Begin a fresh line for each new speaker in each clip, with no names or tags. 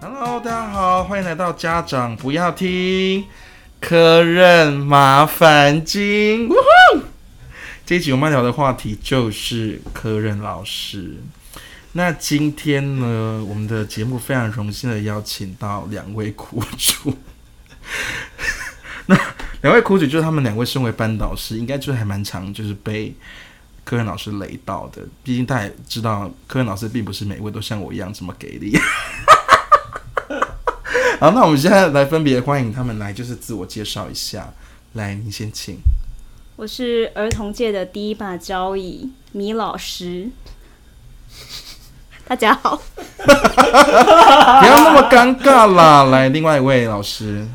大家好，欢迎来到家长不要听科任麻烦经。呜呼！这一集我们要聊的话题就是科任老师。那今天呢，我们的节目非常荣幸的邀请到两位苦主。 那两位苦主就是他们两位身为班导师，应该就是还蛮常就是被科任老师雷到的。毕竟大家也知道，科任老师并不是每位都像我一样这么给力。好，那我们现在来分别欢迎他们来，就是自我介绍一下。来，你先请。
我是儿童界的第一把交椅米老师。 大家好，
不要那么尴尬啦！ 来，另外一位老师，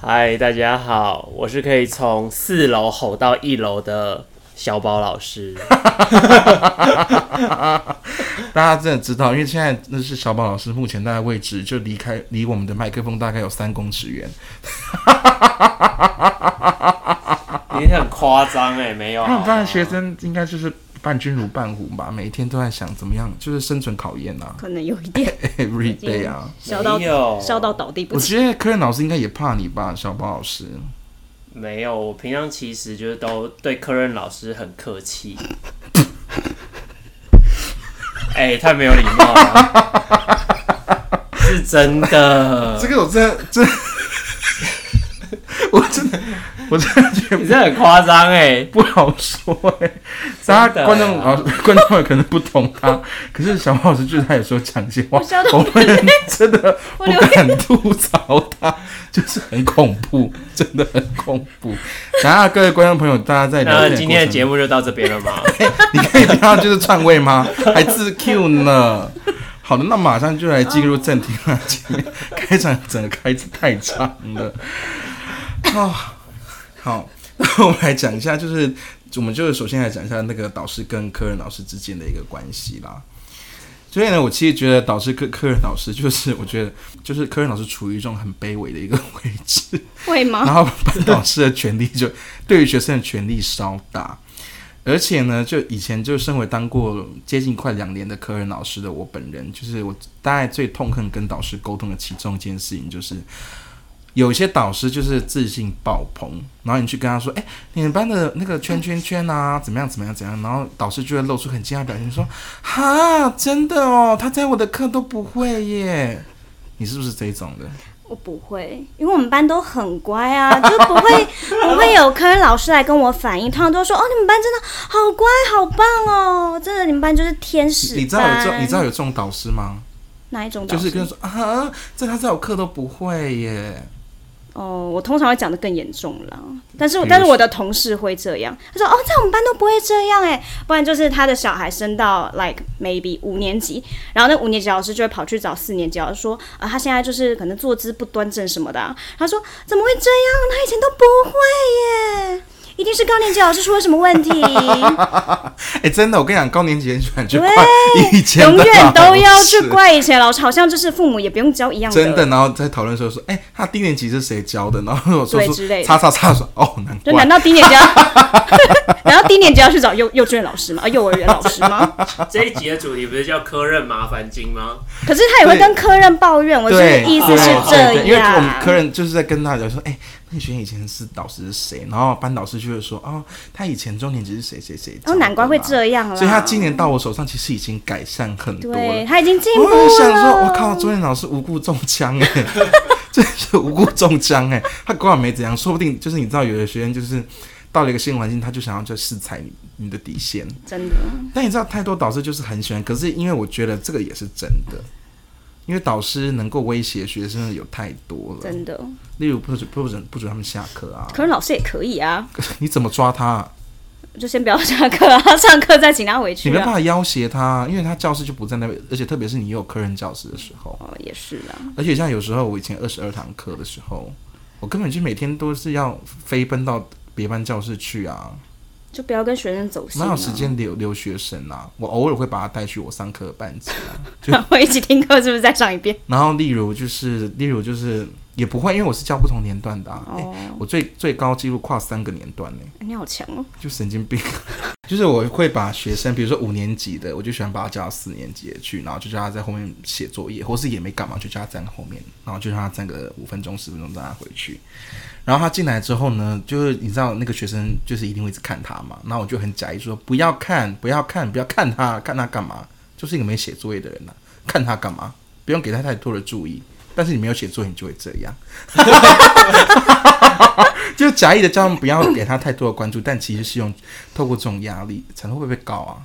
嗨，大家好，我是可以从四楼吼到一楼的小宝 老师。
大家真的知道，因为现在那是小宝老师目前大概位置就离开离我们的麦克风大概有三公尺远，
你很夸张哎，没有
他们班的学生应该就是伴君如伴虎吧，每一天都在想怎么样，就是生存考验 啊
可能有一点
，every day 啊。
笑到
没有
笑到倒地不
我
起。
觉得科任老师应该也怕你吧，小宝老师。
没有，我平常其实就是都对科任老师很客 气。哎、太没有礼貌了， 是真的
这，个我真的真的， 我真的我真的觉得
你这很夸张哎。
不好说哎、大家
真的
观众
啊
老师观众们可能不懂他，可是小猫老师就是他有时候讲一些话
我笑，到
我们真的
我
不
流
敢吐槽他，就是很恐怖，真的很恐怖。然后啊各位观众朋友，大家在聊
那
天
今天的节
目，
目就到这边 了吗？
你可以听到就是篡位吗？还自 Q 呢？好的，那马上就来进入正题了。前面开场整个开始太长了。啊，好， 那我们来讲一下，就是我们就是首先来讲一下那个导师跟科任老师之间的一个关系啦。所以呢，我其实觉得导师跟科任老师，就是我觉得就是科任老师处于一种很卑微的一个位置，
会吗？
然后班导师的权力就 对于学生的权力稍大，而且呢，就以前就身为当过接近快两年的科任老师的我本人，就是我大概最痛恨跟导师沟通的其中一件事情就是。有一些导师就是自信爆棚，然后你去跟他说：“哎、你们班的那个圈圈圈啊，怎么样怎么样怎么样？”然后导师就会露出很惊讶的表情，说：“哈，真的哦，他在我的课都不会耶。”你是不是这一种的？
我不会，因为我们班都很乖啊， 就不会不会有科任老师来跟我反映，他们都说哦，你们班真的好乖，好棒哦，真的你们班就是天使
你知道有
班。
这种你知道有这种导师吗？
哪一种导
就
师？
是跟他说啊，这他在我课都不会耶。
哦，我通常会讲的更严重啦，但是我
比如
但是我的同事会这样，他说哦，在我们班都不会这样哎，不然就是他的小孩升到 like maybe 五年级，然后那五年级老师就会跑去找四年级老师说啊，他现在就是可能坐姿不端正什么的、啊，他说怎么会这样？他以前都不会耶，一定是高年级老师出了什 么问题，
哎，真的，我跟你讲，高年级很喜欢去怪
对
以前
永
的
远
老
都要去
师。
怪以前老师，好像就是父母也不用教一样
真的，然后在讨论的时候说，哎、他低年级是谁教的？ 然后我说
对
出
之类的
叉叉叉说，哦，难
就难
怪。
道低年级要？ 难道低年级要去找幼幼稚园老师吗？啊，幼儿园老师吗？
这一集的主题不是叫科任麻烦经吗？
可是他也会跟科任抱怨，我觉得
对，
意思
对
是这
对对因为我们
样。
科任就是在跟他聊说，哎、那个学生以前是导师是谁？然后班导师就会说，哦，他以前中年级是谁谁谁。
哦，难怪会。这样啦。
所以他今年到我手上其实已经改善很多了
对。他已经进步
我想说，
了。
我靠，周燕老师无故中枪哎、 真是无故中枪哎、他根本没怎样，说不定就是你知道，有的学员就是到了一个新环境，他就想要就试踩你你的底线。
真的，
但你知道，太多导师就是很喜欢，可是因为我觉得这个也是真的，因为导师能够威胁学生的有太多了，
真的，
例如不准不准不准他们下课啊，
科任老师也可以啊，
你怎么抓他、
就先不要下课啊，上课再请他回
你
去
没办
啊。
法要挟他，因为他教室就不在那边，而且特别是你有科任教室的时候。
哦，也是啦，
而且像有时候我以前二十二堂课的时候，我根本就每天都是要飞奔到别班教室去啊，
就不要跟学生走心
哪有
啊。
时间留留学生啊？我偶尔会把他带去我上课的班级啊。
然后一起听课，是不是再上一遍？
然后例如就是例如就是也不会，因为我是教不同年段的啊。诶
哦，
我最最高纪录跨三个年段呢、
你好强哦！
就神经病。 就是我会把学生，比如说五年级的，我就喜欢把他叫到四年级的去，然后就叫他在后面写作业，或是也没干嘛，就叫他站后面，然后就让他站个五分钟、十分钟，让他回去。然后他进来之后呢，就是你知道那个学生就是一定会一直看他嘛，那我就很假意说不要看，不要看，不要看他，看他干嘛？就是一个没写作业的人呐、啊看他干嘛？不用给他太多的注意，但是你没有写作业，你就会这样。就假意的叫他们不要给他太多的关注，但其实是用透过这种压力，才会不会被告啊？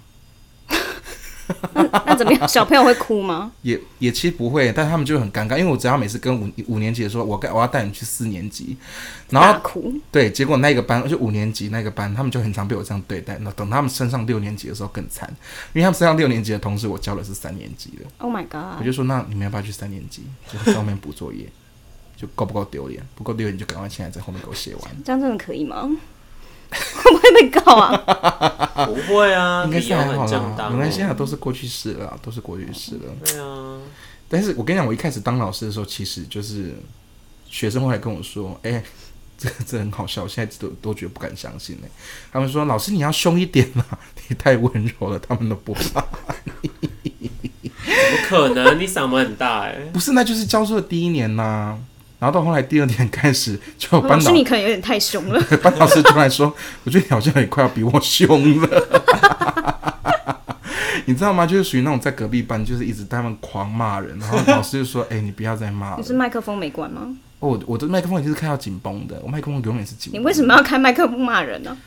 那怎么样？小朋友会哭吗？
也也其实不会，但他们就很尴尬，因为我只要每次跟五五年级的说，我该我要带你去四年级， 然
大
后
哭。
对，结果那个班就五年级那个班，他们就很常被我这样对待。那等他们升上六年级的时候更惨，因为他们升上六年级的同时，我教的是三年级的，
Oh my
哦
我
god！
就说那你们要不要去三年级，就是在后面补作业，就够不够丢脸？不够丢脸就赶快现在在后面给我写完。
这样真的可以吗？ 会不会被告 啊？
不会啊，
应该
理
是
由
还好
很正
啦，
当。哦
没关系啊，都是过去式了啊，都是过去式了。
对啊，
但是我跟你讲，我一开始当老师的时候，其实就是学生会来跟我说：“哎、 这这很好笑，我现在都都觉得不敢相信呢、欸他们说：“老师你要凶一点啊，你太温柔了，他们都不啊怕。
怎么可能？你嗓门很大哎、”
不是，那就是教书的第一年呐、然后到后来第二年开始，就有
老
班
师，
导
你可能有点太凶了。
班老师突然说：“我觉得你好像也快要比我凶了。” 你知道吗？就是属于那种在隔壁班，就是一直在他们狂骂人，然后老师就说：“哎、你不要再骂了
你。是麦克风没关吗？
哦”我我的麦克风也是开到紧绷的，我麦克风永远是紧绷的。
你为什么要开麦克风骂人呢、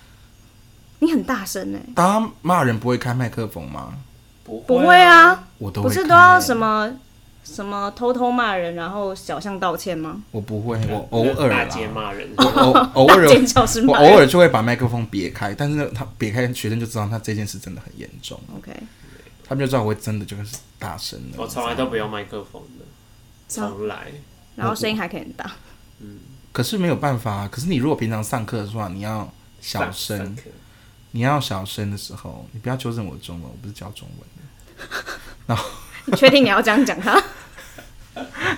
你很大声哎、
大家骂人不会开麦克风吗？
不
不会，啊，
我都会
不是
开
都要什？么什么偷偷骂人，然后小巷道歉吗？
我不会，我偶尔
大
啦，
街骂人，
我偶偶尔
大尖叫是
我
骂人。
偶尔就会把麦克风别开，但是呢他别开，学生就知道他这件事真的很严重，
OK，
他们就知道我会真的就是大声的。
我从来都不用麦克风的，
是啊
从来。
然后声音还可以很大。
可是没有办法，可是你如果平常上课的话，你要小
上
声
上，课
你要小声的时候，你不要纠正我的中文，我不是教中文的。
你确定你要这样讲他？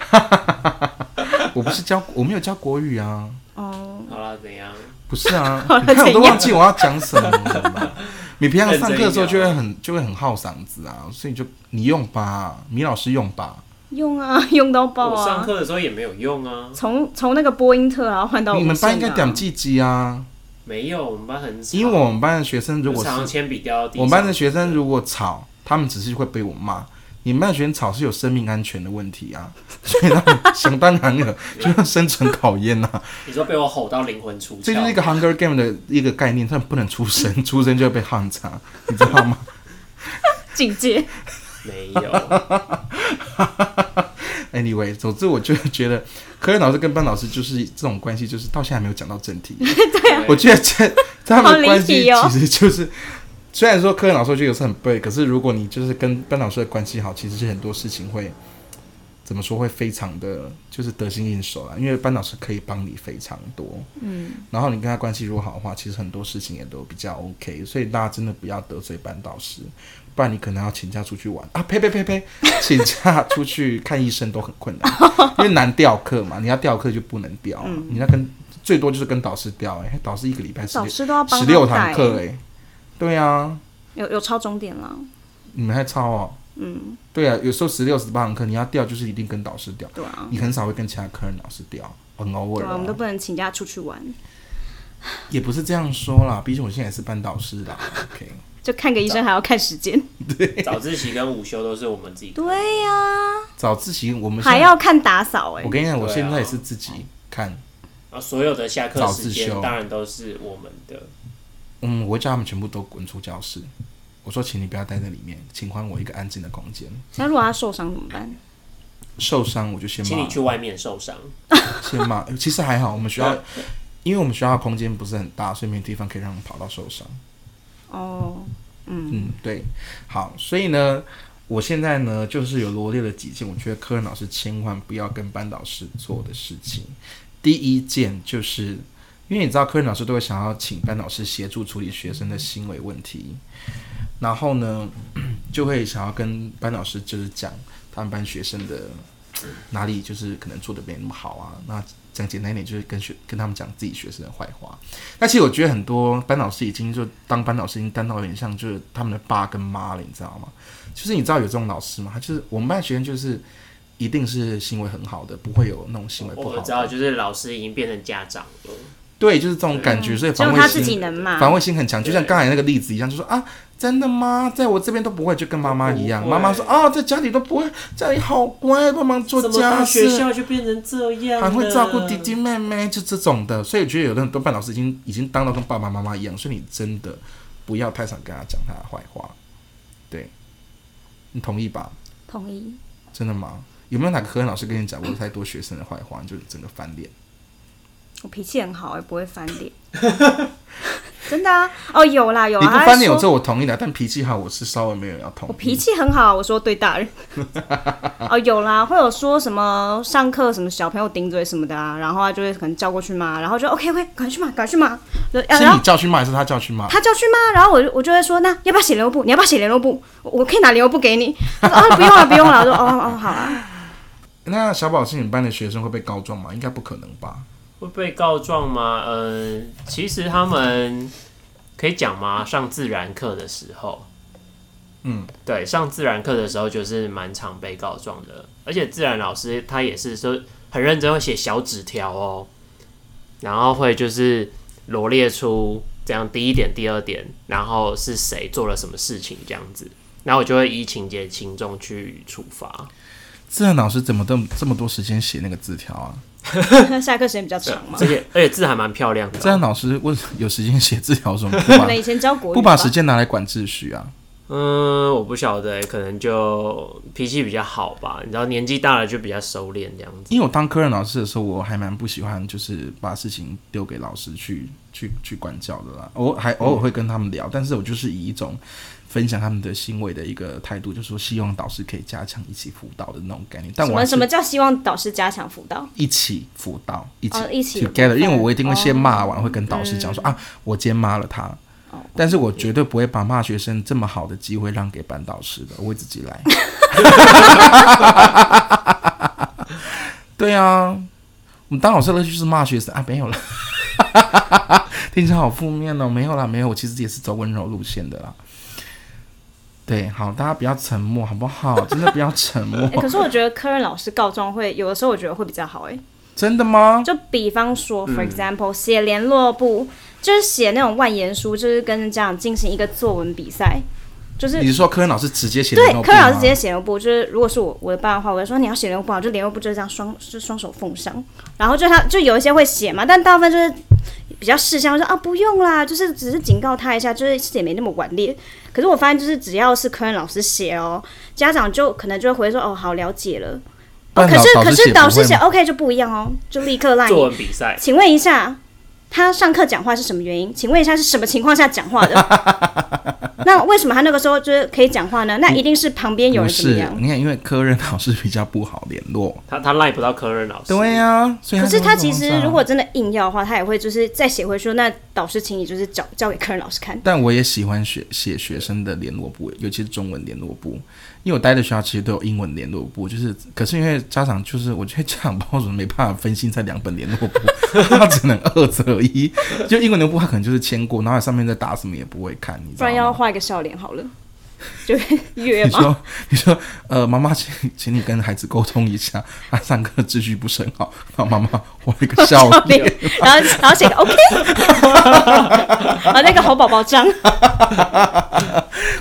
我不是教，我没有教国语啊，
哦，
好啦，怎样？
不是啊
好，了
你看我都
怎样
忘记我要讲什么 了。你平常上课的时候就会很就会很耗嗓子啊，所以就你用吧，米老师用吧。
用啊，用到爆
我上
啊！
课的时候也没有用啊，
从从那个波音特，然后换到
你们班应该
无线啊
讲积极啊，
没有，我们班很吵，
因为我们班的学生如
就
果
常常
是
铅笔掉到地上。
我们班的学生如果吵，他们只是会被我骂。你们班的学生吵是有生命安全的问题啊， 所以他们想当然了， 就要生存考验呐、啊。
你说被我吼到灵魂出窍，
这就是一个 Hunger Game 的一个概念，他们不能出声，出声就会被汉查，你知道吗？
境界。
没有，
Anyway，总之我就觉得科任老师跟班老师就是这种关系，就是到现在还没有讲到正题。 我觉得这这他们的关系
好离
其
题哦
实就是，虽然说科任老师我觉得有时候很背，可是如果你就是跟班老师的关系好，其实是很多事情会怎么说会非常的就是得心应手啦，因为班老师可以帮你非常多。嗯，然后你跟他关系如果好的话，其实很多事情也都比较 OK，所以大家真的不要得罪班导师。不然你可能要请假出去玩啊！呸呸呸呸， 请假出去看医生都很困难， 因为难调课嘛。你要调课就不能调啊、
嗯
你要跟最多就是跟导师调、欸，哎，导师一个礼拜十
导师都要帮
十
他
六
带欸
堂课，哎、对啊，
有有超重点了，
你们还抄哦，嗯，对啊，有时候十六十八堂课你要调就是一定跟导师调，
对啊，
你很少会跟其他科任老师调，很偶
对
尔、啊
啊，我们都不能请假出去玩，
也不是这样说啦，毕竟我现在也是班导师啦，OK，
就看个医生还要看时间。
早自习跟午休都是我们自己。
对呀、
早自习我们现在
还要看打扫哎、
啊我跟你讲，我
对啊
现在也是自己看。
然后所有的下课
早
时
自
间
修
当然都是我们的。
嗯，我会叫他们全部都滚出教室。我说，请你不要待在里面，请还我一个安静的空间。
那如果他受伤怎么办？
受伤我就先
请
骂
你，去外面受伤，
先骂。其实还好，我们学校，因为我们学校的空间不是很大，所以没有地方可以让他们跑到受伤。
哦，嗯，
嗯，对，好，所以呢，我现在呢就是有罗列了几件，我觉得科任老师千万不要跟班导师做的事情。第一件就是，因为你知道科任老师都会想要请班导师协助处理学生的行为问题， 然后呢就会想要跟班导师就是讲他们班学生的。哪里就是可能做的没那么好啊。那讲简单一点，就是跟学跟他们讲自己学生的坏话。那其实我觉得很多班导师已经就当班导师已经当到有点像就是他们的爸跟妈了，你知道吗？就是你知道有这种老师吗？他就是我们班学生就是一定是行为很好的，不会有那种行为不
我
好
知道，
的。
就是老师已经变成家长了，
对，就是这种感
嗯
觉，所以
只有
防卫
他
心
自己能骂。
防卫心很强，就像刚才那个例子一样，就说啊，真的吗？在我这边都不会，就跟妈妈一样，
不会
妈妈说啊，在家里都不会，家里好乖，帮忙做
怎么到
家
学
事，
校就变成这样了？
还会照顾弟弟妹妹，就这种的。所以我觉得有的很多班老师已经已经当到跟爸爸妈妈一样，所以你真的不要太常跟他讲他的坏话，对，你同意吧？
同意。
真的吗？有没有哪个科任老师跟你讲过太多学生的坏话，你就整个翻脸？
我脾气很好，也欸不会翻脸。 真的啊？哦，有啦有
你
啦。
不
他
翻脸，
说
我这我同意的，但脾气好，我是稍微没有要同意。
我脾气很好，我说对 大人。哦，有啦，会有说什么上课什么小朋友顶嘴什么的啊，然后他就会可能叫过去骂，然后就 OK OK，赶快去骂，赶快去骂。然
是
然
你
后
叫去骂还是他叫去骂？
他叫去骂，然后我就我就会说，那要不要写联络簿？你要不要写联络簿？我我可以拿联络簿给你。他说哦，不用了，不用了。我说哦哦，好啊。
那小宝是你们班的学生会被告状吗？应该不可能吧？
会被告状吗？嗯，其实他们可以讲吗？上自然课的时候，
嗯，
对，上自然课的时候就是蛮常被告状的，而且自然老师他也是说很认真，会写小纸条哦，然后会就是罗列出这样第一点、第二点，然后是谁做了什么事情这样子，然后我就会依情节轻重去处罚。
自然老师怎么这么这么多时间写那个字条啊？
下课时间比较长嘛
而，且而且字还蛮漂亮的哦、
自然老师为什有时间写字条，什么
可能以
不
前教
把
国语
啊不
吧
把时间拿来管秩序啊？
嗯，我不晓得欸，可能就脾气比较好吧。你知道，年纪大了就比较收敛这样子。
因为我当科任老师的时候，我还蛮不喜欢，就是把事情丢给老师去去去管教的啦。我还偶尔会跟他们聊，但是我就是以一种分享他们的行为的一个态度，就是说希望导师可以加强一起辅导的那种概念。但
什
我
么
还
什
是
么叫希望导师加强辅 导？
一起辅导，一起、
哦一起
together，因为我一定会先
哦嗯
骂完，会跟导师讲说、啊，我今天骂了他，但是我绝对不会把骂学生这么好的机会让给班导师的，我会自己 来。对啊，我们当老师的乐趣就是骂学生啊，没有啦， 听起来好负面哦，没有啦，没有，我其实也是走温柔路线的啦。对，好，大家不要沉默，好不好？真的不要沉 默
哎、，可是我觉得科任老师告状会有的时候，我觉得会比较好哎、
真的吗？
就比方说，for
嗯
example，写联络簿，就是写那种万言书，就是跟家长进行一个作文比赛，就是
你是说科任老师直接写
对
联络
科任
簿
老师
吗
直接写联络簿，就是如果是我我的爸的话，我就说你要写联络簿啊，就联络簿就是这样双就双手奉上，然后就他就有一些会写嘛，但大部分就是比较事项，我说啊不用啦，就是只是警告他一下，就是也没那么顽劣。可是我发现就是只要是科任老师写哦，家长就可能就会回说哦好了解了。哦，
但
可
老
是
导
可
师
是
写不
导师
会
写
吗
OK 就不一样哦，就立刻赖你。
作文比赛，
请问一下，他上课讲话是什么原因？请问一下是什么情况下讲话的？ 那为什么他那个时候就是可以讲话呢？那一定是旁边有
嗯不
人怎么
是
样，？
你看，因为科任老师比较不好联络。
他他赖不到科任老师。
对、啊呀、所以
可是
就
他
会
其
这
实
样子啊
如果真的硬要的话，他也会就是再写回去说，那导师请你就是交交给客人老师看。
但我也喜欢学写学生的联络部，尤其是中文联络部，因为我待的学校其实都有英文联络部，就是可是因为家长就是我觉得家长不知道为什么没办法分心在两本联络部， 他只能二择一。就英文联络部他可能就是签过，然后上面在打什么也不会看，你知
不然
道
要
吗？
画一个笑脸好了，就约
哦 你
嘛。
说，你说，呃，妈妈，请请你跟孩子沟通一下，他上课秩序不是很好，然后妈妈我一 个笑脸，
脸，然后然后写个 OK，然后那个好宝宝章，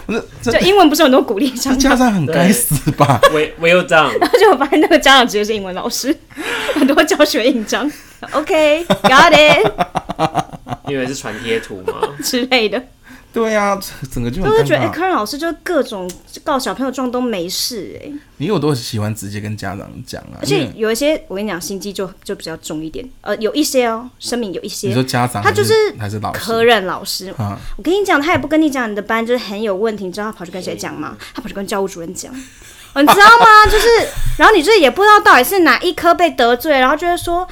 我说这
就英文不是有很多鼓励章
这家
吗，
长很该死吧？
唯唯有这样，
然后就发现那个家长直接是英文老师，很多教学印章，OK，got、it
因为是传贴图 嘛。
之类的，对
对呀、啊，整个就很
我就
尴
觉得哎，
尬。
科任老师就各种告小朋友状都没事哎、
因为我都喜欢直接跟家长讲啊，
而
因
且
为
有一些我跟你讲心机就就比较重一点，呃，有一些哦，声明有一
你
些
说家长
他就是
还是老
科
师
任老师，
啊，
我跟你讲，他也不跟你讲你的班就是很有问题，你知道他跑去跟谁讲吗？他跑去跟教务主任讲，哦你知道吗？ 就是，然后你就是也不知道到底是哪一科被得罪，然后就会说，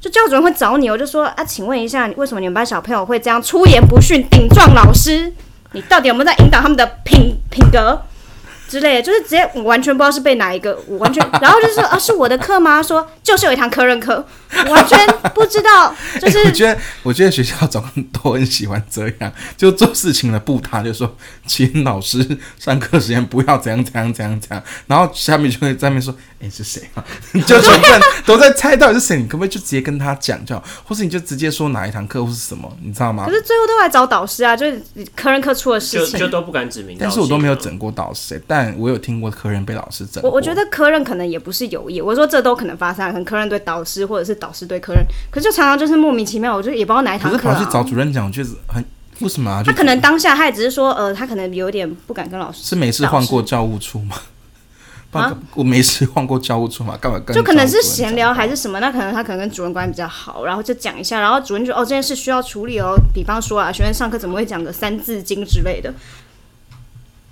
就教务主任会找你，我就说啊，请问一下，为什么你们班小朋友会这样出言不逊，顶撞老师？你到底有没有在引导他们的品品格？之类的，就是直接我完全不知道是被哪一个，我完全，然后就是说啊是我的课吗？说就是有一堂科任课，我完全不知道，就
哎我
是
觉得，我觉得学校总都很喜欢这样，就做事情的不他就说，请老师上课时间不要怎样怎样怎样怎样，然后下面就会在那边说，哎、是谁啊？ 就全部人都在猜到底是谁，你可不可以就直接跟他讲就好，或是你就直接说哪一堂课或是什么，你知道吗
可？是最后都来找导师啊，就是科任课出了事
就
情
就。都不敢指名道姓啊。
但是我都没有整过导师、但我有听过客人被老师整过。
我我觉得科任可能也不是有意，我说这都可能发生啊，可能科任对导师或者是导师对科任，可是就常常就是莫名其妙，我就也不知道哪一
可
堂
是
课、
跑去
啊。
找主任讲，我觉得很为什么啊？就
他可能当下他也只是说，呃，他可能有点不敢跟老师，啊
是没事换过教务处吗？不然我没事换过教务处嘛，干嘛跟
就可能是
教务主任
闲
讲
聊还是什么，那可能他可能跟主任关系比较好，然后就讲一下，然后主任就哦这件事需要处理哦，比方说啊，学生上课怎么会讲个三字经之类的，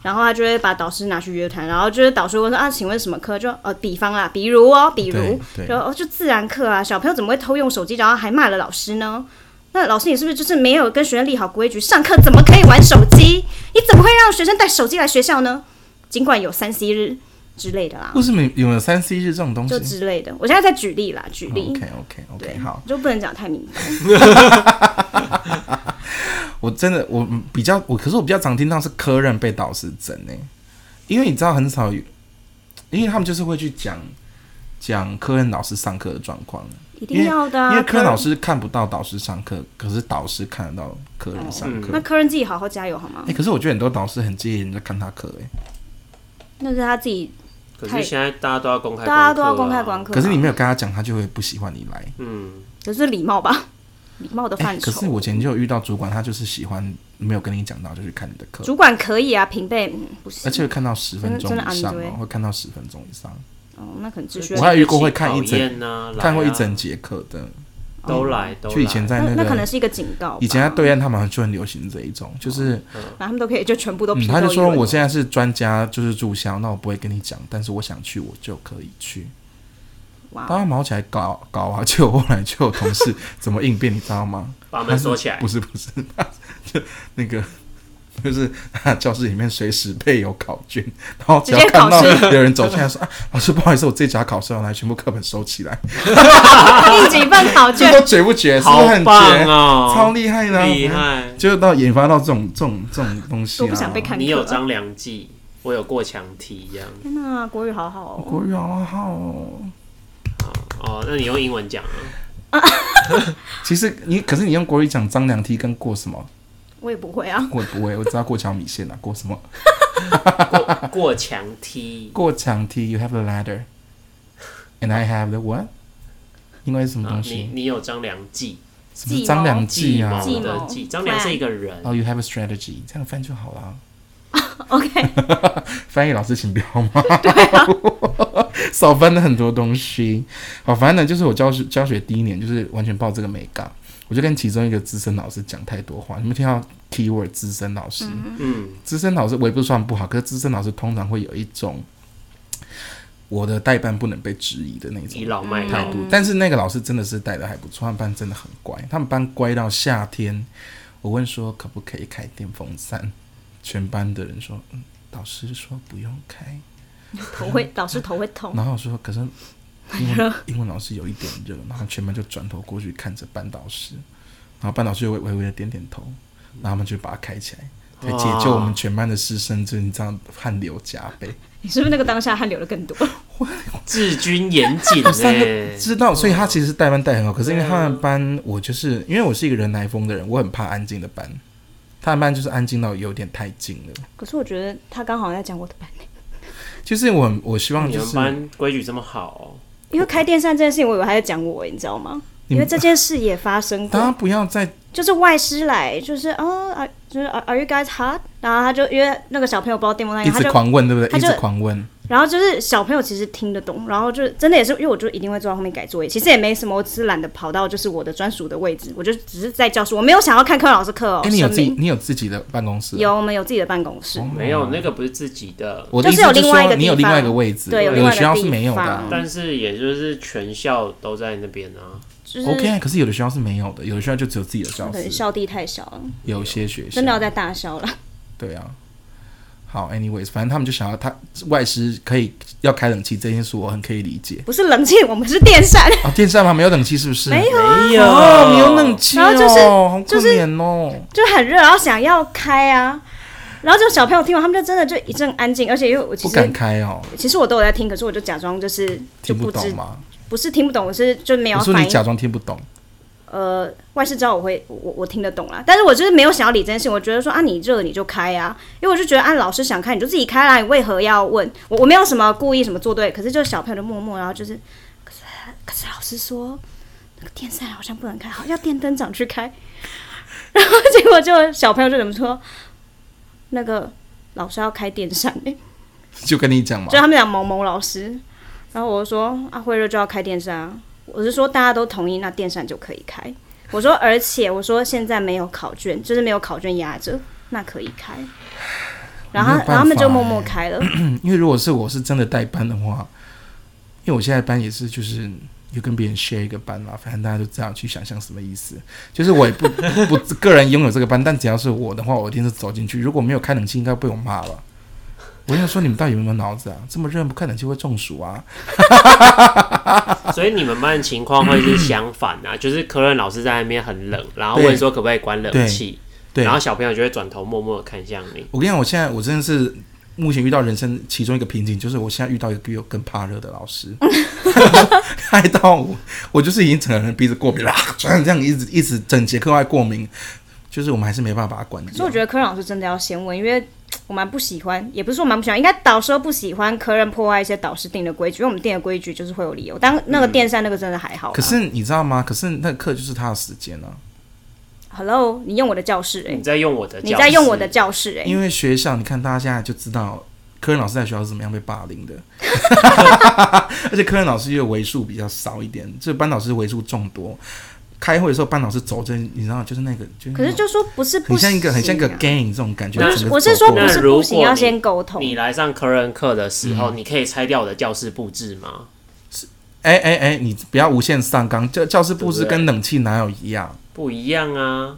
然后他就会把导师拿去约谈，然后就是导师问说啊，请问什么课？就呃，比方啊，比如哦，比如
对，对
就哦就自然课啊，小朋友怎么会偷用手机，然后还骂了老师呢？那老师，你是不是就是没有跟学生立好规矩？上课怎么可以玩手机？你怎么会让学生带手机来学校呢？尽管有三 C 日之类的啦。
为什么有有三 C 日这种东西
就之类的。我现在在举例啦，举例，
哦？OK OK OK，
对
好，
就不能讲太明白。
我真的我嗯比较我，可是我比较常听到是科任被导师整呢、因为你知道很少有，因为他们就是会去讲讲科任老师上课的状况，
一定要的、啊，
因为科任老
师，
师看不到导师上课，可是导师看得到科任上课。
那科任自己好好加油好吗
哎、？可是我觉得很多导师很介意人家看他课哎、
那是他自己，
可
太
是现在大家都要公开、啊
大家都要公开观。课、
可是你，没有跟他讲，他就会不喜欢你来。
嗯，
可是礼貌吧，礼貌的
哎、
范畴。
可是我以前就有遇到主管，他就是喜欢没有跟你讲到就去看你的课，
主管可以啊，平辈、嗯、不行。
而且会看到十分钟
真的真的
以上
enjoy
哦，会看到十分钟以上，
哦，那可能只需
我
要
还有遇过会看一整
讨厌呐来啊
看过一整节课的。
都
哦
来都来。
就以前在
那那可能
个，
是一个警告吧。
以前在对啊岸，他们就很流行这一种，就是
然后他们都可以就全部都
嗯，
批斗
他就
一
说
轮
我现在是专家，就是注销，那我不会跟你讲，但是我想去我就可以去。
哇
当然毛起来搞搞啊，就后来就有同事怎么应变，你知道 吗？
把门锁起来
不。是不是，他就那个就是他教室里面随时备有考卷，然后只要
直接
看
考
到
试
有人走进来说啊，老师不好意思，我这节要考试了，来全部课本收起来，
印几份考
这
卷，
都绝不绝？是不
好
是很绝？欸
棒哦，
超厉害的啊，
厉害！
就到研发到这种这种这种东西、啊，
都不想 被看
你有
课啊。
张良计，我有过墙梯这样。
天哪、国语好好哦。
国语好好哦。
哦，那你用英文讲啊？
其实你，可是你用国语讲张良梯跟过什么？
我也不会 啊，
我也不会，我知道过桥米线啊，过什么？
过 过墙梯，
过墙梯，You have the ladder, and I have the what？因为什么
啊
东
你
西？
你有张良计，
什
哦
么张良计啊？
计谋
计
的
谋
计，张良是一个人，
哦、y o u have a strategy，这样翻就好了。
OK
翻译老师请不要骂， 少翻了很多东西。好，反正呢，就是我教学教学第一年，就是完全抱这个美感，我就跟其中一个资深老师讲太多话。你们听到 keyword 资深老师，
嗯，
资深老师我也不是算不好，可是资深老师通常会有一种我的代办不能被质疑的那种
倚老卖
态
老，
度。但是那个老师真的是带的还不错，他们班真的很乖，他们班乖到夏天，我问说可不可以开电风扇，全班的人说，嗯，导师说不用开，
头会老师头会痛，
然后我说可是。英文英文老师有一点热，然后全班就转头过去看着班导师，然后班导师就微微微的点点头，然后他们就把它开起来，才解救我们全班的师生，就是你知道汗流浃背。
你是不是那个当下汗流的更多？
治军严谨哎
三
呢
个。知道，所以他其实带班带很好。可是因为他们班，我就是因为我是一个人来疯的人，我很怕安静的班。他们班就是安静到有点太静了，
可是我觉得他刚好在讲我的班。
就是我很我希望
你
就
们
是
班规矩这么好哦，
因为开电扇这件事情，我以为他在讲我，你知道吗？
你
因
们
为这件事也发生
大家
过，
不要再
就是外师来，就是哦，啊，就是啊 Are you guys hot？然后他就因为那个小朋友不知道电风扇，
一
他
直
就
狂问，对不对？
他
一
就
直狂问，
然后就是小朋友其实听得懂，然后就真的也是因为我就一定会坐在后面改作业，其实也没什么，我只是懒得跑到就是我的专属的位置，我就只是在教室，我没有想要看柯老师课哦，
哎，你有
声
自己
明
你有自己的哦办公室？啊
有我们有自己的办公室，
没有那个不是自己的，
我的意思
就是有
是
另外一
说
个
你有
地
另
方
外一个位置，
对有
有
另
的
外一
学
个
校是
地
没有的啊
方。
但是也就是全校都在那边啊。
就是。
OK，可是有的学校是没有的，有的学校就只有自己的教
对，
室，
校地太小了，
啊有些学校
真的要在大校了。
对啊，好，anyways，反正他们就想要他外师可以要开冷气这件事，我很可以理解。
不是冷气，我们是电扇。
啊，电扇旁没有冷气是不是？
没有啊
没有，
哦，没有冷气
然后就是
哦，好可
就是
怜哦。
就很热，然后想要开啊，然后就小朋友听完，他们就真的就一阵安静，而且因为我其
不敢
实
开哦，
其实我都有在听，可是我就假装就是就
听不
不知
懂吗？
不是听不懂，我是就没有
我说
反
你
应。
假装听不懂，
呃，外事知道我会我我听得懂啦，但是我就是没有想要理这件事，我觉得说啊你热你就开啊，因为我就觉得按、老师想开你就自己开啦，你为何要问我？我没有什么故意什么做对，可是就是小朋友就默默，然后就是可是可是老师说那个电扇好像不能开，好要电灯长去开， 然后结果就小朋友就怎么说那个老师要开电扇、欸，
就跟你讲嘛
就。他们讲某某老师，然后我就说啊，会热就要开电扇啊。我是说大家都同意，那电扇就可以开。我说，而且我说现在没有考卷，就是没有考卷压着，那可以开。然后
没有
他，
办法
然后他们就默
欸
默开了。
嗯因为如果是我是真的带班的话，因为我现在班也是就是有跟别人 share 一个班啦，反正大家都知道去想象什么意思。就是我也不 不不个人拥有这个班，但只要是我的话，我一定是走进去。如果没有开冷气，应该被我骂了。我想说，你们到底有没有脑子啊？这么热不开冷气会中暑啊！
所以你们班的情况会是相反 啊，就是科任老师在那边很冷，然后问说可不可以关冷气，
对，
然后小朋友就会转头默默的看向你。
我跟你讲，我现在我真的是目前遇到人生其中一个瓶颈，就是我现在遇到一个比我更怕热的老师， 害到我，我就是已经整个人鼻子过敏啦，这样一直一直整节课外过敏，就是我们还是没办法把它关
可是
掉
我。觉得科任老师真的要先问，因为我蛮不喜欢，也不是说蛮不喜欢，应该导师都不喜欢科任破坏一些导师定的规矩，因为我们定的规矩就是会有理由。当那个电扇那个真的还好啦。
嗯可是你知道吗？可是那课就是他的时间啊，
，Hello，你用我的教室哎、
你在用我的教室，
你在用我的教室哎、
嗯因为学校你看大家现在就知道科任老师在学校是怎么样被霸凌的， 而且科任老师又为数比较少一点，这班导师为数众多。开会的时候，班导师走进，你知道，就是那个，就是那
可
种
是就说不是不
很
行、啊，
像一个很像一个 gang 这种感觉。
我
整
是
个
我是
走
说
过
不
来
是
那如
不
果
行，要先沟通。
你来上科任课的时
嗯
候，你可以拆掉我的教室布置吗？
哎哎哎，你不要无限上纲，教教室布置
对不对
跟冷气哪有一样？
不一样啊。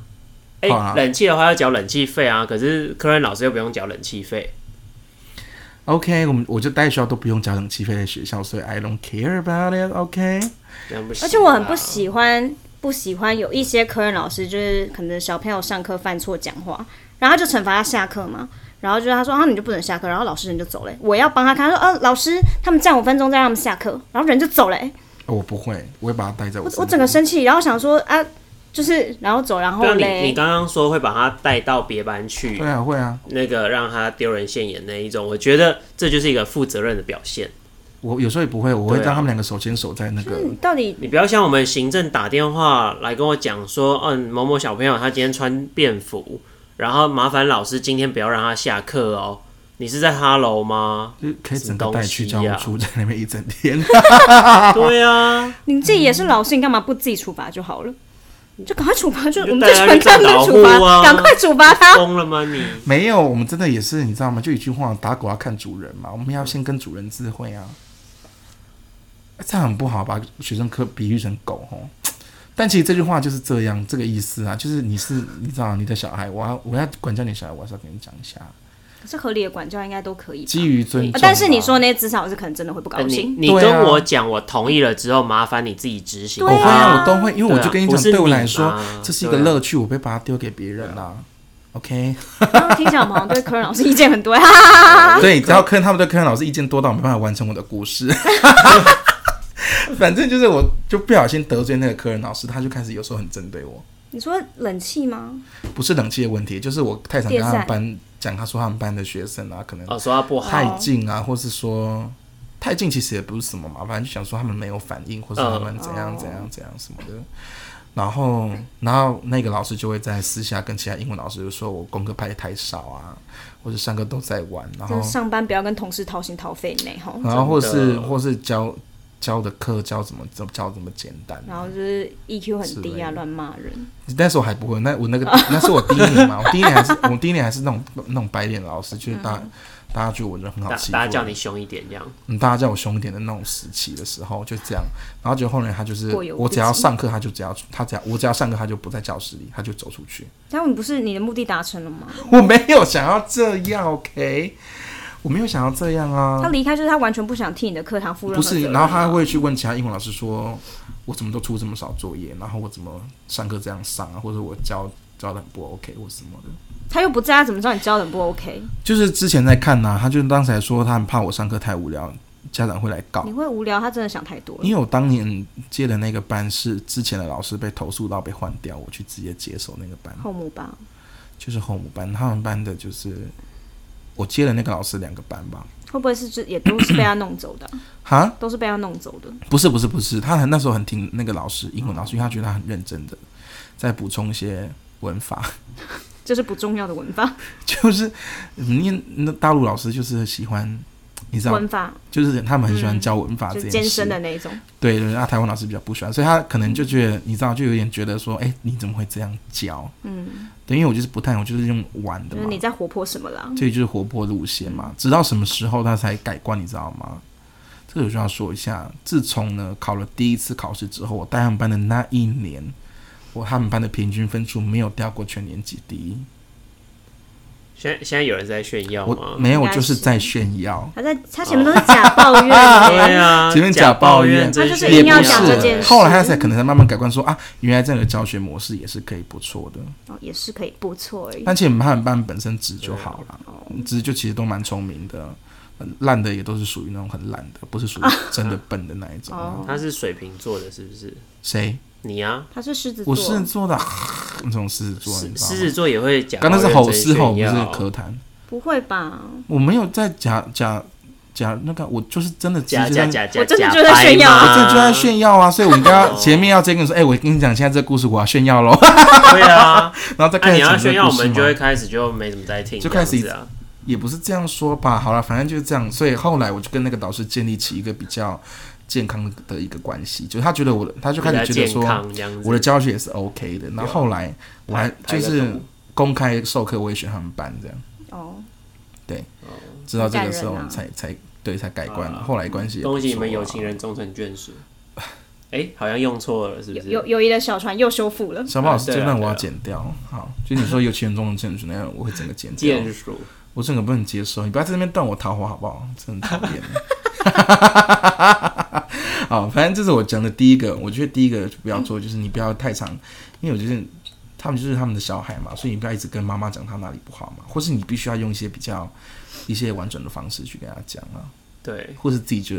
哎、
好啊
冷气的话要缴冷气费啊，可是科任老师又不用缴冷气费。
OK，我们我就待学校都不用交冷气费的学校，所以 I don't care about it。OK，
这样不行啊
而且我很不喜欢不喜欢有一些科任老师，就是可能小朋友上课犯错讲话，然后他就惩罚他下课嘛。然后就是他说啊，你就不能下课，然后老师人就走了。我要帮他看，他说呃，老师他们站五分钟再让他们下课，然后人就走了。欸
哦我不会，我会把它带在我
我
身
我
边
整个生气，然后想说啊，就是然后走，然后
对啊，你你
嘞，嗯
刚刚说会把他带到别班去
对，啊会啊，
那个让他丢人现眼那一种，我觉得这就是一个负责任的表现。
我有时候也不会，我会
对啊
让他们两个手牵手在那个。
嗯，到底
你不要像我们行政打电话来跟我讲说，嗯，某某小朋友他今天穿便服，然后麻烦老师今天不要让他下课哦。你是在 Hello 吗？
就可以整
什
个
么
带
东
去
西
教
啊
务
呀
处，在那边一整天。
哦
对啊，
你自己也是老师，你干嘛不自己处罚就好了？你就赶快处罚，就
就
我们
带
这
他
全
去
班
找
的处
老虎
罚，
啊
赶快处罚他。
疯了吗 你？
没有，我们真的也是，你知道吗？就一句话，打狗要看主人嘛，我们要先跟主人智慧啊。哎这样很不好，把学生科比喻成狗吼。但其实这句话就是这样，这个意思啊，就是你是你知道你的小孩，我要我要管教你小孩，我还是要跟你讲一下，
可是合理的管教应该都可以吧。
基于尊重吧、
啊但是你说那些职场老师可能真的会不高
呃你
兴，
你
对啊
跟我讲，我同意了之后，麻烦你自己执行。
我
对
会
啊
啊，我都会，因为我
对啊
就跟你
不
讲，
是
对我
你
来说
嘛
这是一个
对啊
乐趣，我会把它丢给别人啊。OK，
然后 听起来我们好像对科任老师意 见很多啊。
对，只要科任他们对科任老师意见多到没办法完成我的故事。反正就是我就不小心得罪那个科任老师，他就开始有时候很针对我，
你说冷气吗？
不是冷气的问题，就是我太常跟
电
他
扇
们班讲，他说他们班的学生啊，可能
哦，说他不好，
太近啊，或是说太近其实也不是什么嘛，反正就想说他们没有反应，或是他们怎样怎样怎样什么的。然后，然后那个老师就会在私下跟其他英文老师就说我功课拍的太少啊，或者上课都在玩，然
就
后
是上班不要跟同事掏心掏肺呢，哈。
然后或是
真的
或是教教的课教怎么怎么教怎么简单。
然后就是 EQ 很
之
低
类的
啊，乱骂人。
那时候还不会，那我那个那是我第一年嘛，我第一年还是我第一年还是那种那种白脸老师，就是
嗯
大、大家觉得我人很好
大
欺负，
大家叫你凶一点这样，
嗯，大家叫我凶一点的那种时期的时候，就这样。然后就后来他就是
过犹，不
我只要
及
上课，他就只要他只要我只要上课，他就不在教室里，他就走出去。
但你不是你的目的达成了吗？
我没有想要这样，OK，我没有想要这样
他
啊，
离开就是他完全不想替你的课堂负任
不
何责
是。
任
然后他会去问其他英文老师说，我怎么都出这么少作业，然后我怎么上课这样上啊，或者我教教的很不 OK 或什么的。
他又不在，他怎么知道你教的不 OK？
就是之前在看呐、他就当时还说他很怕我上课太无聊，家长会来告
你。会无聊，他真的想太多了。
因为我当年接的那个班是之前的老师被投诉到被换掉，我去直接接手那个班，
后母吧，
就是后母班。他们班的就是我接了那个老师两个班吧。
会不会是这也都是被他弄走的 啊、
哈，
都是被他弄走的。
不是不是不是，他很那时候很听那个老师英文老师，因为他觉得他很认真的在补充一些文法，
这是不重要的文法，
就是嗯因为那大陆老师就是喜欢，你知道，
文法
就是他们很喜欢
嗯
教文法
就
这
是
件
艰
事
深的那一种。
对对，那台湾老师比较不喜欢，所以他可能就觉得，你知道，就有点觉得说，哎、你怎么会这样教？
嗯，
对，因为我就是不太，我就是用玩的
就是
嘛
你，在活泼什么啦？
这就是活泼路线嘛。直到什么时候他才改观，你知道吗？这个我就要说一下，自从呢考了第一次考试之后，我带他们班的那一年，我他们班的平均分数没有掉过全年级第一，
现在现在有人在炫耀
我
吗？
没有，
应
我
该
就是
是
在炫耀。
他在他前面都是假抱 怨
哦
哦
对
耶，
啊，
前面
假
假抱
怨
怨
真
他就是
炫
一
也
定要
不
讲
耀
这件
是，
事
后来他才可能才慢慢改观说，啊，原来这样的教学模式也是可以不错的。
哦，也是可以不错哎。
但其实他们班本身直就好了
哦，
直就其实都蛮聪明的，呃烂的也都是属于那种很烂的，不是属于真 的笨的那一种。
哦，
他是水瓶座的，是不是？
谁？
你啊，
他是狮子座，
我狮子座的，那种狮子座，
狮
你知
狮
道吗
子？座也会假抱
刚
怨
刚是吼
真
狮吼，不
炫
是
耀
咳痰。
不会吧？
我没有在假假假那个，我就是真的直
假
接在。
假假哦假，
我真的
假
觉得
掰
炫耀啊
吗
我
这就在炫耀啊！所以我应该要前面要直接跟你说，哎、我跟你讲，现在这故事我要炫耀喽，
对啊，
然后再
那
开
你
始讲这
要
个
炫耀，我
故事
们
吗
就会开始就没怎么在听，
就开始一
这样子啊。
也不是这样说吧，好了，反正就是这样。所以后来我就跟那个导师建立起一个比较健康的一个关系，就是他觉得我的，他就
比
开
较
始觉得
健
说
康这样子。啊
我的教学也是 OK 的。然后后来我还就
排个
是
图
公开授课，我也选他们班这样，
哦，
直到这个时
很
候
感人啊
才才对才改观
啊
了。后来关系也不
恭喜你们
错啊
有情人终成眷属。 哎，好像用错了，是不
友
是？
友友谊的小船又修 复了。
小宝老师
啊对啊
这段我要
对啊
剪掉，好，就你说有情人终成眷属那样，我会整个剪掉，
眷属，
我整个不能接受。你不要在那边断我桃花好不好？真的很 讨厌。好，反正这是我讲的第一个，我觉得第一个就不要做，就是你不要太长，因为我觉得他们就是他们的小孩嘛，所以你不要一直跟妈妈讲他哪里不好嘛，或是你必须要用一些比较一些婉转的方式去跟他讲啊，
对，
或是自己就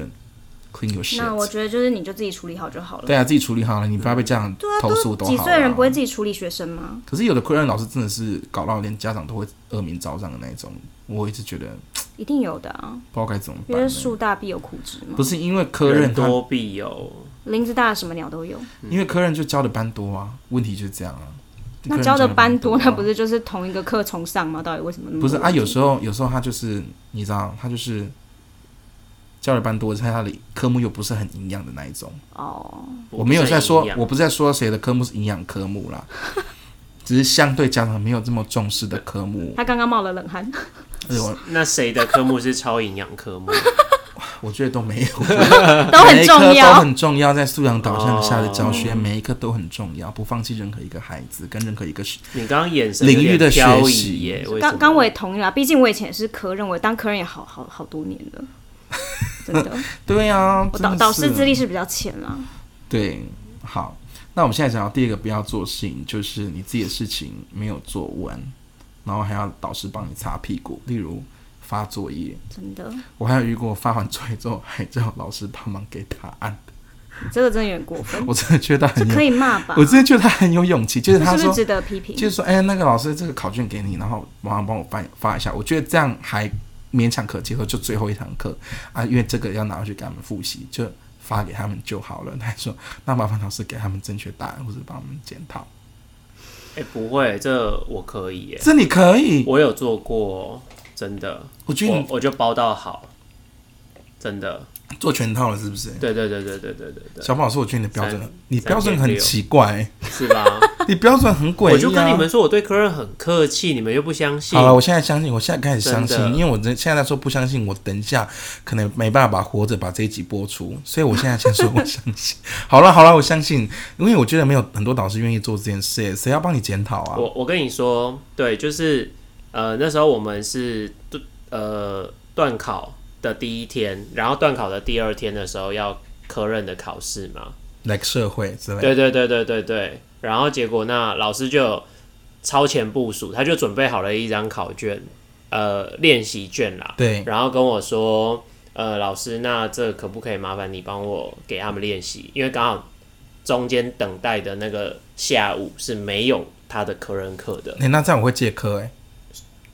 clean your
那我
shit，
觉得就是你就自己处理好就好了。
对啊，自己处理好了，你不要被家长投诉都好
几
了啊
岁的人不会自己处理学生吗？
可是有的科任老师真的是搞到连家长都会恶名昭彰的那一种，我一直觉得不
一定有的啊，
知道该怎么
因
办
为
呢。
树大必有枯枝嘛
不，是因为科任
人
他
多必有。
林子大什么鸟都有。
因为科任就教的班多啊，问题就是这样啊。
那教的班多，
科任
那
教
不
得
是就是同一个课崇尚吗？到底为什么那么
啊不
多
是
人
啊？有时候有时候他就是你知道，他就是教的班多，但他的科目又不是很营养的那一种。
哦，
我没有在说
不是很营，养
我不是在说谁的科目是营养科目 啦，只是相对家长没有这么重视的科 目。
他刚刚冒了 冷汗，
而且我
那谁的科目是超营养 科目？
我觉得都 没有，
都很重
每一科都
要。哦
很重要，在素养导向下的教学，每一科都很重要，不放弃任何一个孩子跟任何一个学
你刚刚眼神
领域的
有点飘
学
移
习
耶，为什
刚
么
刚我也同意啦，毕竟我以前也是科任，我当科任也好好好多年 了，真的。
对啊，
我
真的
哦导导师
是
资历是比较浅啦，
对，好，那我们现在讲到第二个不要做的事情，就是你自己的事情没有做完，然后还要导师帮你擦屁股，例如发作业。
真的，
我还有遇过发完作业之后还叫老师帮忙给答案，
这个真的有点过分，
我真的觉得他
这
很有
可，以骂吧？
我真的觉得他很有勇气，就是他
这是不
说
是值得批评？
就是说，哎、那个老师，这个考卷给你，然后麻烦帮我发发一下。我觉得这样还勉强可接受，就最后一堂课啊，因为这个要拿回去给他们复习，就发给他们就好了。他还说，那麻烦老师给他们正确答案，或者帮我们检讨。
哎不会，这我可以耶，
这你可以，
我有做过，真的，
我觉得
我
你
我就包到好，真的。
做全套了是不是？
对对对对对对对对，
小宝说：“我觉得你的标准
三，
你标准很
3.6
奇怪，
是吧？
你标准很诡异、啊。”
我就跟你们说，我对科任很客气，你们又不相信
好。了，我现在相信，我现在开始相信
真，的
因为我真现在说不相信，我等一下可能没办法把活着把这一集播出，所以我现在先说我相 信。好了好了，我相信，因为我觉得没有很多导师愿意做这件事，欸谁要帮你检讨啊？
我我跟你说，对，就是呃那时候我们是呃断考的第一天，然后断考的第二天的时候要科任的考试嘛，
来社会之类的，
对对对对对对。然后结果那老师就有超前部署，他就准备好了一张考卷，呃，练习卷啦。
对
然后跟我说，呃，老师，那这可不可以麻烦你帮我给他们练习？因为刚好中间等待的那个下午是没有他的科任课的。
诶那这样我会借科哎、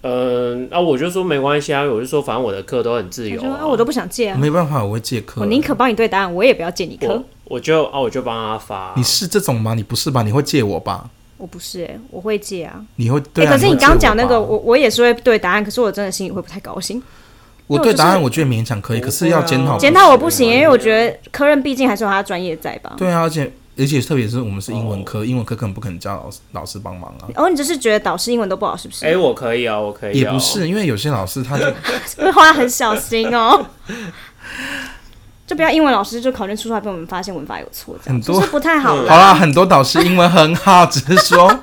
嗯、那、我就说没关系啊，我就说反正我的课都很自
我
由、
说
啊
啊，我都不想借啊，
没办法，我会借科
我。宁可帮你对答案，我也不要借你
我
科。
我就啊，我就帮他发啊、
你是这种吗？你不是吧？你会借我吧？
我不是哎、我会借啊。
你会对
哎、
啊、
可是
你
你
会借
刚刚讲
我吧哦
那个，我我也是会对答案，可是我真的心里会不太高兴。
我
那我
对
就是
答案我觉得勉强可以，可是要检讨不
我不会
检
行，
啊
讨我不行，
我不
因
会
为我觉得科任毕竟还是有他的专业在吧。
啊对啊，而且而且特别是我们是英文科，英文科根本不可能叫老师老师帮忙啊。
哦，你只是觉得导师英文都不好，是不是？
哎、我可以啊，我可以、啊。
也不是，因为有些老师他就
会 花很小心哦。就不要英文老师就考卷出出来被我们发现文法有错，这样
很多
就是不太好啦。
好啦，很多导师英文很好，只是 说，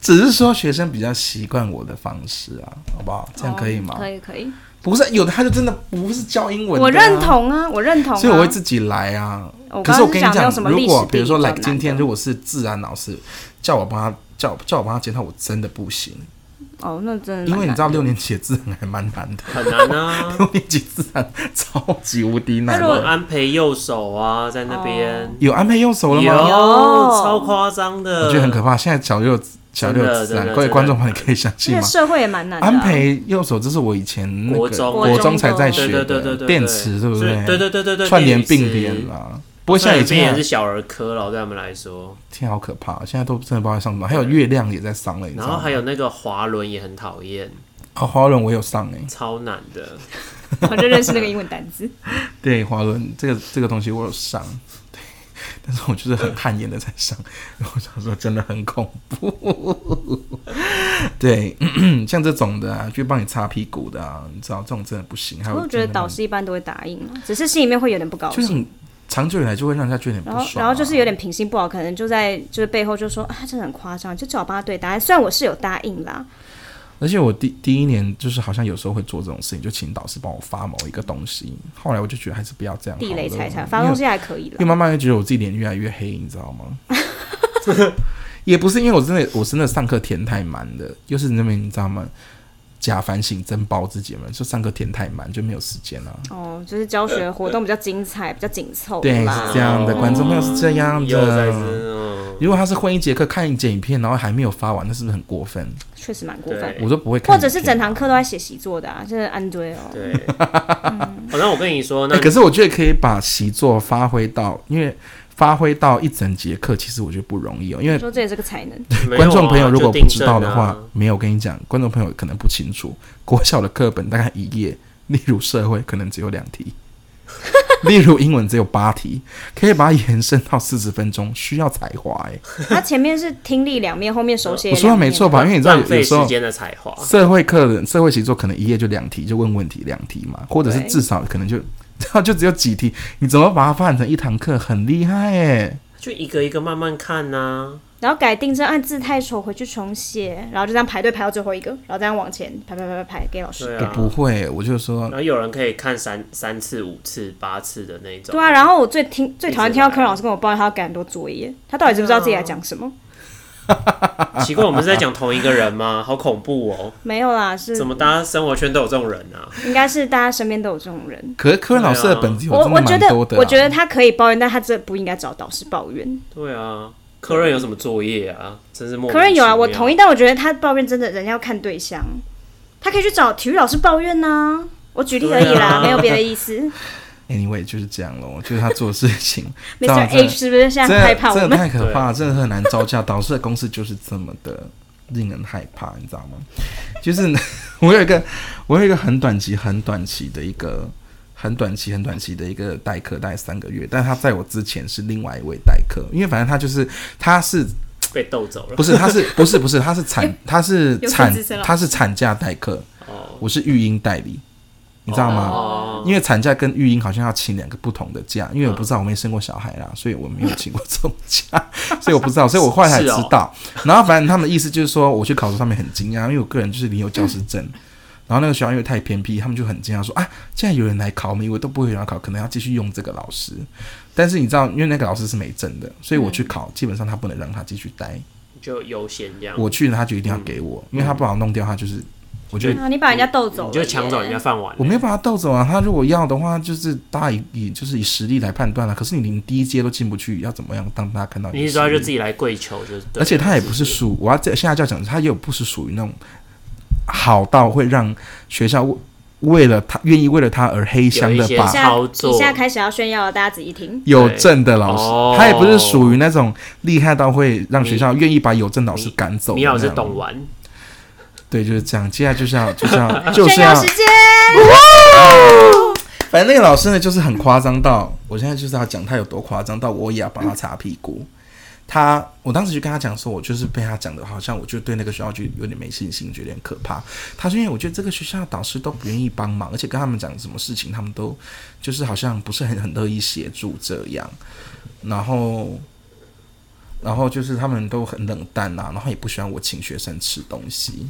只是说学生比较习惯我的方式啊，好不好？这样可以吗？
哦可以可以，
不是，有的他就真的不是教英文、
我认，同啊，我认同、啊。
所以我会自己来啊。
我
可
刚
是我
刚
跟你
讲
讲
用什，么
如
历史
果比如说
地理
来
比较
今天
难的
如果是自然老师叫我帮他叫叫我帮他检讨，我真的不行，
哦，那真的蛮
因为你知道
难的
六年级的自然还蛮难的，
很 难啊。
六年级自然 超级无敌难
那如
我
的。
果
安培右手啊，在那
哦
边、
有安排用手了
有
吗？
超夸张的，
我觉得很可怕。现在小六小六
真的
自然
呃真，的
各位
真的
观众朋友可以相信
这
吗
个？社会也蛮难的、啊。
安培右手，这是我以前那个
国中
国中才在
对
学
对
的，
对对对，
电池对不
所以对？对对对对，
串联
电
并
池
联，啦。不过现
串
在已
联并
经
联
很
是小儿科了，对他们来说。
天好可怕，现在都真的不知道在上什么。还有月亮也在上了，你知
然
道
后
吗？
还有那个滑轮也很讨厌，
哦，滑轮我有上哎，
超难的。
我就认识那个英文单词，
对，滑轮这个这个东西我有上，对，但是我就是很汗颜的在上， 我想说真的很恐怖。对， 像这种的啊，就帮你擦屁股的啊，你知道这种真的不 行。还有
我觉得导师一般都会答应啊，只是心里面会有点不高
就是
兴。
很长久以来就会让人家觉得很不
然
爽啊，，
后然后就是有点品性不好，可能就在就是背后就说啊，这很夸张，就叫我帮他对答案。虽然我是有答应啦，
而且我第第一年就是好像有时候会做这种事情，就请导师帮我发某一个东西。后来我就觉得还是不要这样好了，
地雷踩踩，
因为
发东西还可以
因为
啦。
慢慢就觉得我自己脸越来越黑，你知道吗？ 也不是因为我真的我真的上课填太满了，又是那边你知道吗？假反省真包自己嘛，就上课填太满就没有时间了、
哦，就是教学活动比较精彩，比较紧凑
对，
啦
是这。样的，
哦
观众朋友是这样
又在
的。
这哦，
如果他是混一节课看一节影片，然后还没有发完，那是不是很过分？
确实蛮过分
对。
我都不会看
或
影片。
者是整堂课都在写习作的啊，真的安堆哦。
对。
嗯
好，那我跟你说，那
欸可是我觉得可以把习作发挥到，因为发挥到一整节课，其实我觉得不容易哦。因为
说这也是个才能，
没有啊
观众朋友如果不知道的话，
就订正啊
没有我跟你讲，观众朋友可能不清楚，国小的课本大概一页，例如社会可能只有两题， 例如英文只有八题，可以把它延伸到四十分钟，需要才华哎、
他前面是听力两面，后面手写。
我说的没错？吧？因为你知道
浪
有
费
时
时
候。
间的才华，
社会课的社会习作可能一页就两题，就问问题两题嘛，或者是
对
至少可能就， 然后就只有几题，你怎么把它发展成一堂课？很厉害哎！
就一个一个慢慢看啊呐。
然后改订正，按字太丑，回去重写，然后就这样排队排到最后一个，然后这样往前排排排排排给老师。
对
我
啊，
不会，我就说
然后有人可以看三三次、五次、八次的那种。
对啊，然后我最听最讨厌听到
一直来
科任老师跟我抱怨他要改很多作业，他到底知不知道自己在讲什么？
奇怪，我们是在讲同一个人吗？ 好恐怖哦！
没有啦，是
怎么大家生活圈都有这种人啊？
应该是大家身边都有这种人。
可是科任老师的本子有
我
真
我
的
觉
蛮
得
多的、啊
我觉得他可以抱怨，但他这不应该找导师抱怨。
对啊，科任有什么作业啊？真是莫名
可能有啊，我同
意。
意，但我觉得他抱怨真的人要看对象，他可以去找体育老师抱怨呐、我举例而已
对
啦，
啊
没有别的意思。
anyway 就是这样咯，就是他做的事 情，这
Mr.
样
H 是不是现
真
在害
的
怕我
真的
们？
太可怕了，真的很难招架。导师的公式就是这么的令人害怕，你知道 吗？就是我有一个我有一个很短期、很短期的一个很短期、很短期的一个代课，大概三个月。但他在我之前是另外一位代课，因为反正他就是他是
被逗走了
不。是他是不是不是他是产他是
有
产
薪资生了
他是产假代课，
哦，
我是育婴代理，你知道吗？
哦
因为产假跟育婴好像要请两个不同的假，因为我不知道我没生过小孩啦，所以我没有请过 这种假，所以我不知道，所以我后来才知道。然后反正他们的意思就是说，我去考试上面很惊讶，因为我个人就是领有教师证，然后那个学校因为太偏僻，他们就很惊讶说啊，竟然有人来考我们，以为都不会有人来考，可能要继续用这个老师。但是你知道，因为那个老师是没证的，所以我去考，基本上他不能让他继续待。
就优先这样，
我去了，他就一定要给我，因为他不好弄掉，他就是我 觉得
啊，你把人家逗走了
你
耶，
就抢走人家饭碗
我。没有把他逗走啊，他如果要的话，就是大家以以就是以实力来判断了、可是你连第一阶都进不去，要怎么样让大家看到
你一
知
说
道
他就自，己来跪求，就是对了。
而且他也不是属，我要这现在就要讲，他也不是属于那种呃好到会让学校为为了他愿意为了他而黑箱
有
的
一些
把
现
操
在
作
你现在开始要炫耀了，大家仔细听。
有证的老
哦
师，他也不是属于那种厉害到会让学校愿意把有证老师赶走的
米
那种。啊
老师懂玩，
对，就是这样。接下来就是要就是 要就是啊
炫
要
耀时间，
反正那个老师呢，就是很夸张到，我现在就是要讲他有多夸张到，我也要帮他擦屁股。他，我当时就跟他讲说，我就是被他讲的，好像我就对那个学校就有点没信心，觉得很可怕。他说，因为我觉得这个学校的导师都不愿意帮忙，而且跟他们讲什么事情，他们都就是好像不是很很乐意协助这样。然后，然后就是他们都很冷淡啊，然后也不喜欢我请学生吃东西。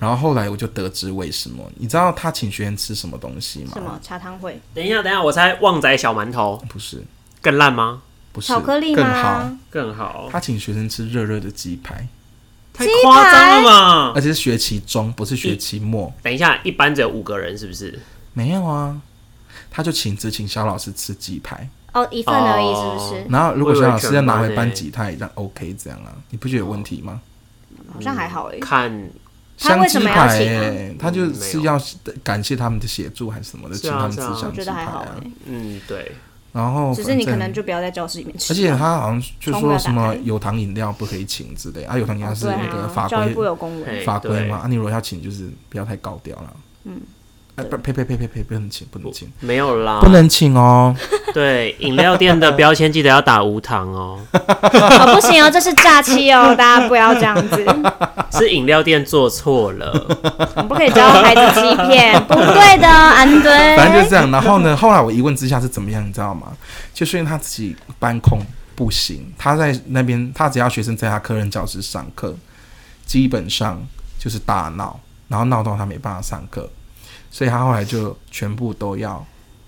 然后后来我就得知为什么，你知道他请学生吃什么东西吗？
什么茶汤会、
等一下，等一下，我猜旺仔小馒头
不是，
更烂吗？
不是
巧克力
更好。
吗？
更好，
他请学生吃热热的鸡排，
太夸张了吧？
而且是学期中，不是学期末。
等一下，一班只有五个人，是不是？
没有啊，他就请只请小老师吃鸡排，
哦，一份而已，是不是？
然后如果
我以
小
为
老师要拿
全班
回
欸
班级，他也让 OK 这样啊，你不觉得有问题吗？
好像还好哎。
嗯
看
他为
香
什
鸡
么
排
要请啊
欸，他就
嗯没有
是要感谢他们的协助还是什么的，
是
请
啊
他们吃
是啊
香
我觉
鸡
得
排
还好
啊。
哎，
嗯，对，
然后
只是你
反
可
正
能就不要在教室里面吃。
而且他好像就
窗户
说
要
什么
打开
有糖饮料不可以请之类啊，有糖饮料
哦
是
对
那个
啊，
法
教育
规
部有公文，
嘿
法规
对
嘛，啊，你如果要请，就是不要太高调了。嗯，不，呸呸呸呸呸，不能请，不能请，
没有啦
不。能请哦。
对，饮料店的标签记得要打无 糖哦，
哦不行哦，这是假期哦，大家不要这样子，
是饮料店做错了。
我们不可以教孩子欺骗，不对的，哦安
反正就
敦
是。这样。然后呢，后来我一问之下是怎么样，你知道吗？就是因为他自己班控不行，他在那边，他只要学生在他科任教室上课，基本上就是大闹，然后闹到他没办法上课，所以他后来就全部都要。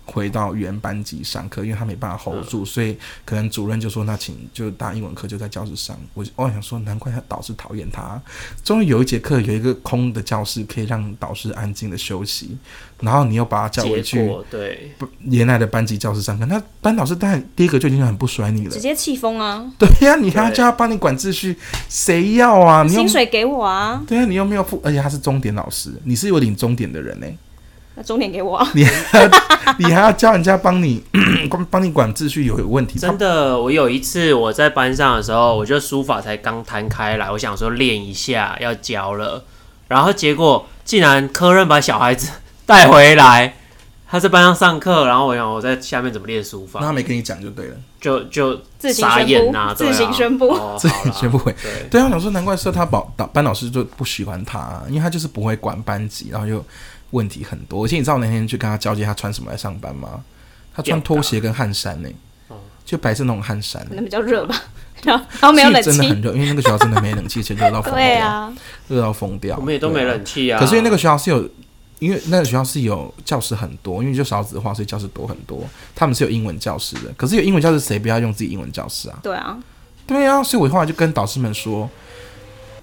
回到原班级上课，因为他没办法 hold 住，所以可能主任就说那请就大英文课就在教室上。我我想说，难怪他导师讨厌他。终于有一节课有一个空的教室可以让导师安静的休息，然后你又把他叫回去
结，果对，
原来的班级教室上课，那班导师当然第一个就已经很不甩你了
直。接气疯啊！
对呀、你还要叫他帮你管秩序，谁要啊？你又
薪水给我啊，
对啊，你又没有付，而且他是钟点老师，你是有领钟点的人呢、
那钟点给我啊！
你还要叫人家帮你 帮帮你管秩序，有有问题。
真的，我有一次我在班上的时候，我就书法才刚摊开来，我想说练一下要教了，然后结果竟然科任把小孩子 带回来，他在班上上课，然后我想我在下面怎么练书
那他
法，
没跟你讲就对了。
就就
自行
傻眼
宣
呐、
布，
对啊
自行宣布，
哦、
自己学不
好
会
啦。对，
对啊，我想说，难怪是他保导班老师就不喜欢他、啊因为他就是不会管班级，然后就问题很多。而且你知道我那天去跟他交接，他穿什么来上班吗？他穿拖鞋跟汗衫呢、
嗯
就白色那种汗衫
可。能比较热吧，然后然后没有冷
真的
气，
很热，因为那个学校真的没冷气，而且 热到疯
对
掉，
啊，
热到疯掉。
我们也都没
对啊
冷气啊。
可是因为那个学校是有，因为那个学校是有教室很多，因为就少子化，所以教室多很多。他们是有英文教室的，可是有英文教室谁不要用自己英文教室啊？
对啊，
对啊，所以我后来就跟导师们说，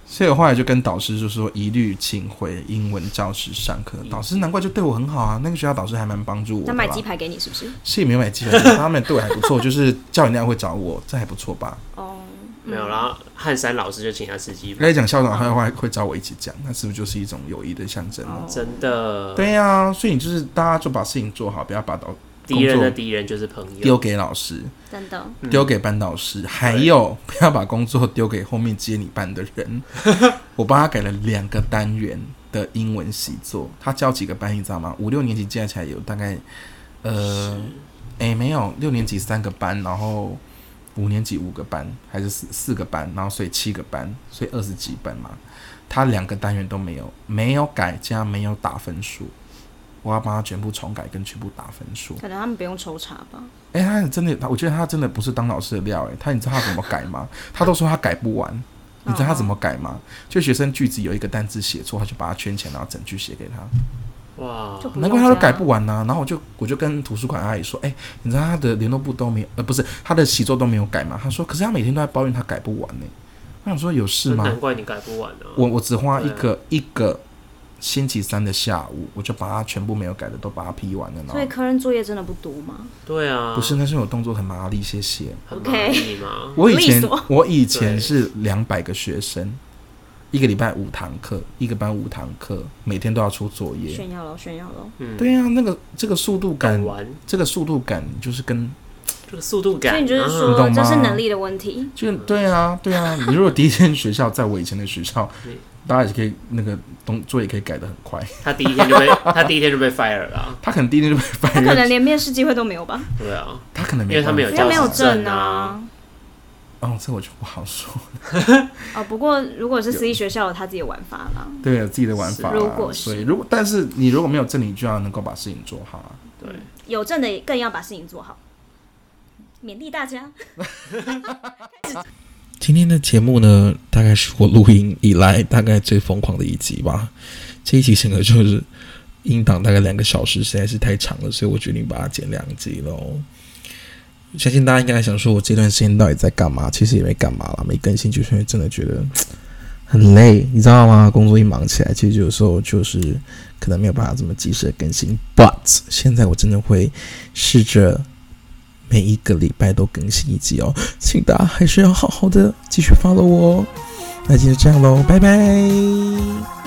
所以我后来就跟导师就说，一律请回英文教室上课。导师难怪就对我很好啊，那个学校导师还蛮帮助我的
那买
啦
鸡。排给你是不是？
是也没有买鸡排，他们对我还不错，就是叫人家会找我，这还不错吧？
哦，
没有，然后汉山老师就请他吃鸡排，
该讲校长他会会找我一起讲，那是不是就是一种友谊的象征呢？
真的，
对呀、所以你就是大家就把事情做好，不要把导
敌人
工作
的敌人就是朋友
丢。给老师，
真的，
丢给班导师，还有不要把工作丢给后面接你班的人。我帮他改了两个单元的英文习作，他教几个班，你知道吗？五六年级加起来有大概呃，哎、没有，六年级三个班，然后五年级五个班，还是四四个班，然后所以七个班，所以二十几班嘛。他两个单元都没有，没有改加，没有打分数。我要帮他全部重改跟全部打分数。
可能他们不用抽查吧？
哎、他真的，他我觉得他真的不是当老师的料、哎，他你知道他怎么改吗？他都说他改不完，你知道他怎么改吗？就学生句子有一个单字写错，他就把它圈起来，然后整句写给他。
哇
就，不
哦
用
难怪他都
这
改
样
不完呐、然后我就我就跟图书馆阿姨说，哎、你知道他的联络簿都没有，呃，不是他的习作都没有改吗？她说，可是他每天都在抱怨他改不完呢、我想说有事吗？
难怪你改不完啊呢、
我我只花一个一个星期三的下午，我就把它全部没有改的都把它批完了，然
所以
后
科任作业真的不读吗？
对啊，
不是，那是我动作很麻利，谢谢。
很
OK
满意吗？
我以前
利索
我以前
对
是两百个学生，一个礼拜五堂课，一个班五堂课，每天都要出作业。
炫耀喽，炫耀喽！
嗯，
对呀、那个这个速度感
敢，玩
这个速度感就是跟
这个速度啊感，
所以你就是
你懂
说
吗
这是能力的问题，
就对啊，对啊。你如果第一间学校在我以前的学校
对，
大家也可以那个动作业可以改得很快。
啊他第一天就被他第一天就被 fire 了啊，
他可能第一天就被
他
翻
可能
译，
连面试机会都没有吧？
对啊，
他可能没
因为他没有
办
因
法
为没有
教师证
证
啊
啊。
哦，这我就不好说。
哦，不过如果是私立学校，有他自己的玩法啦。
对，啊有自己的玩法
是如
啦。
果是
所以如果但是你如果没有证，你就要能够把事情做好啊。
对，
有证的更要把事情做好，勉励大家。
今天的节目呢，大概是我录音以来大概最疯狂的一集吧。这一集整个就是音档大概两个小时，实在是太长了，所以我决定把它剪两集喽。相信大家应该还想说，我这段时间到底在干嘛？其实也没干嘛啦，没更新，就是因为真的觉得很累，你知道吗？工作一忙起来，其实有时候就是可能没有办法这么及时的更新。But 现在我真的会试着每一个礼拜都更新一集哦。 请大家还是要好好的继续 follow 我哦。那今天就这样喽，拜拜。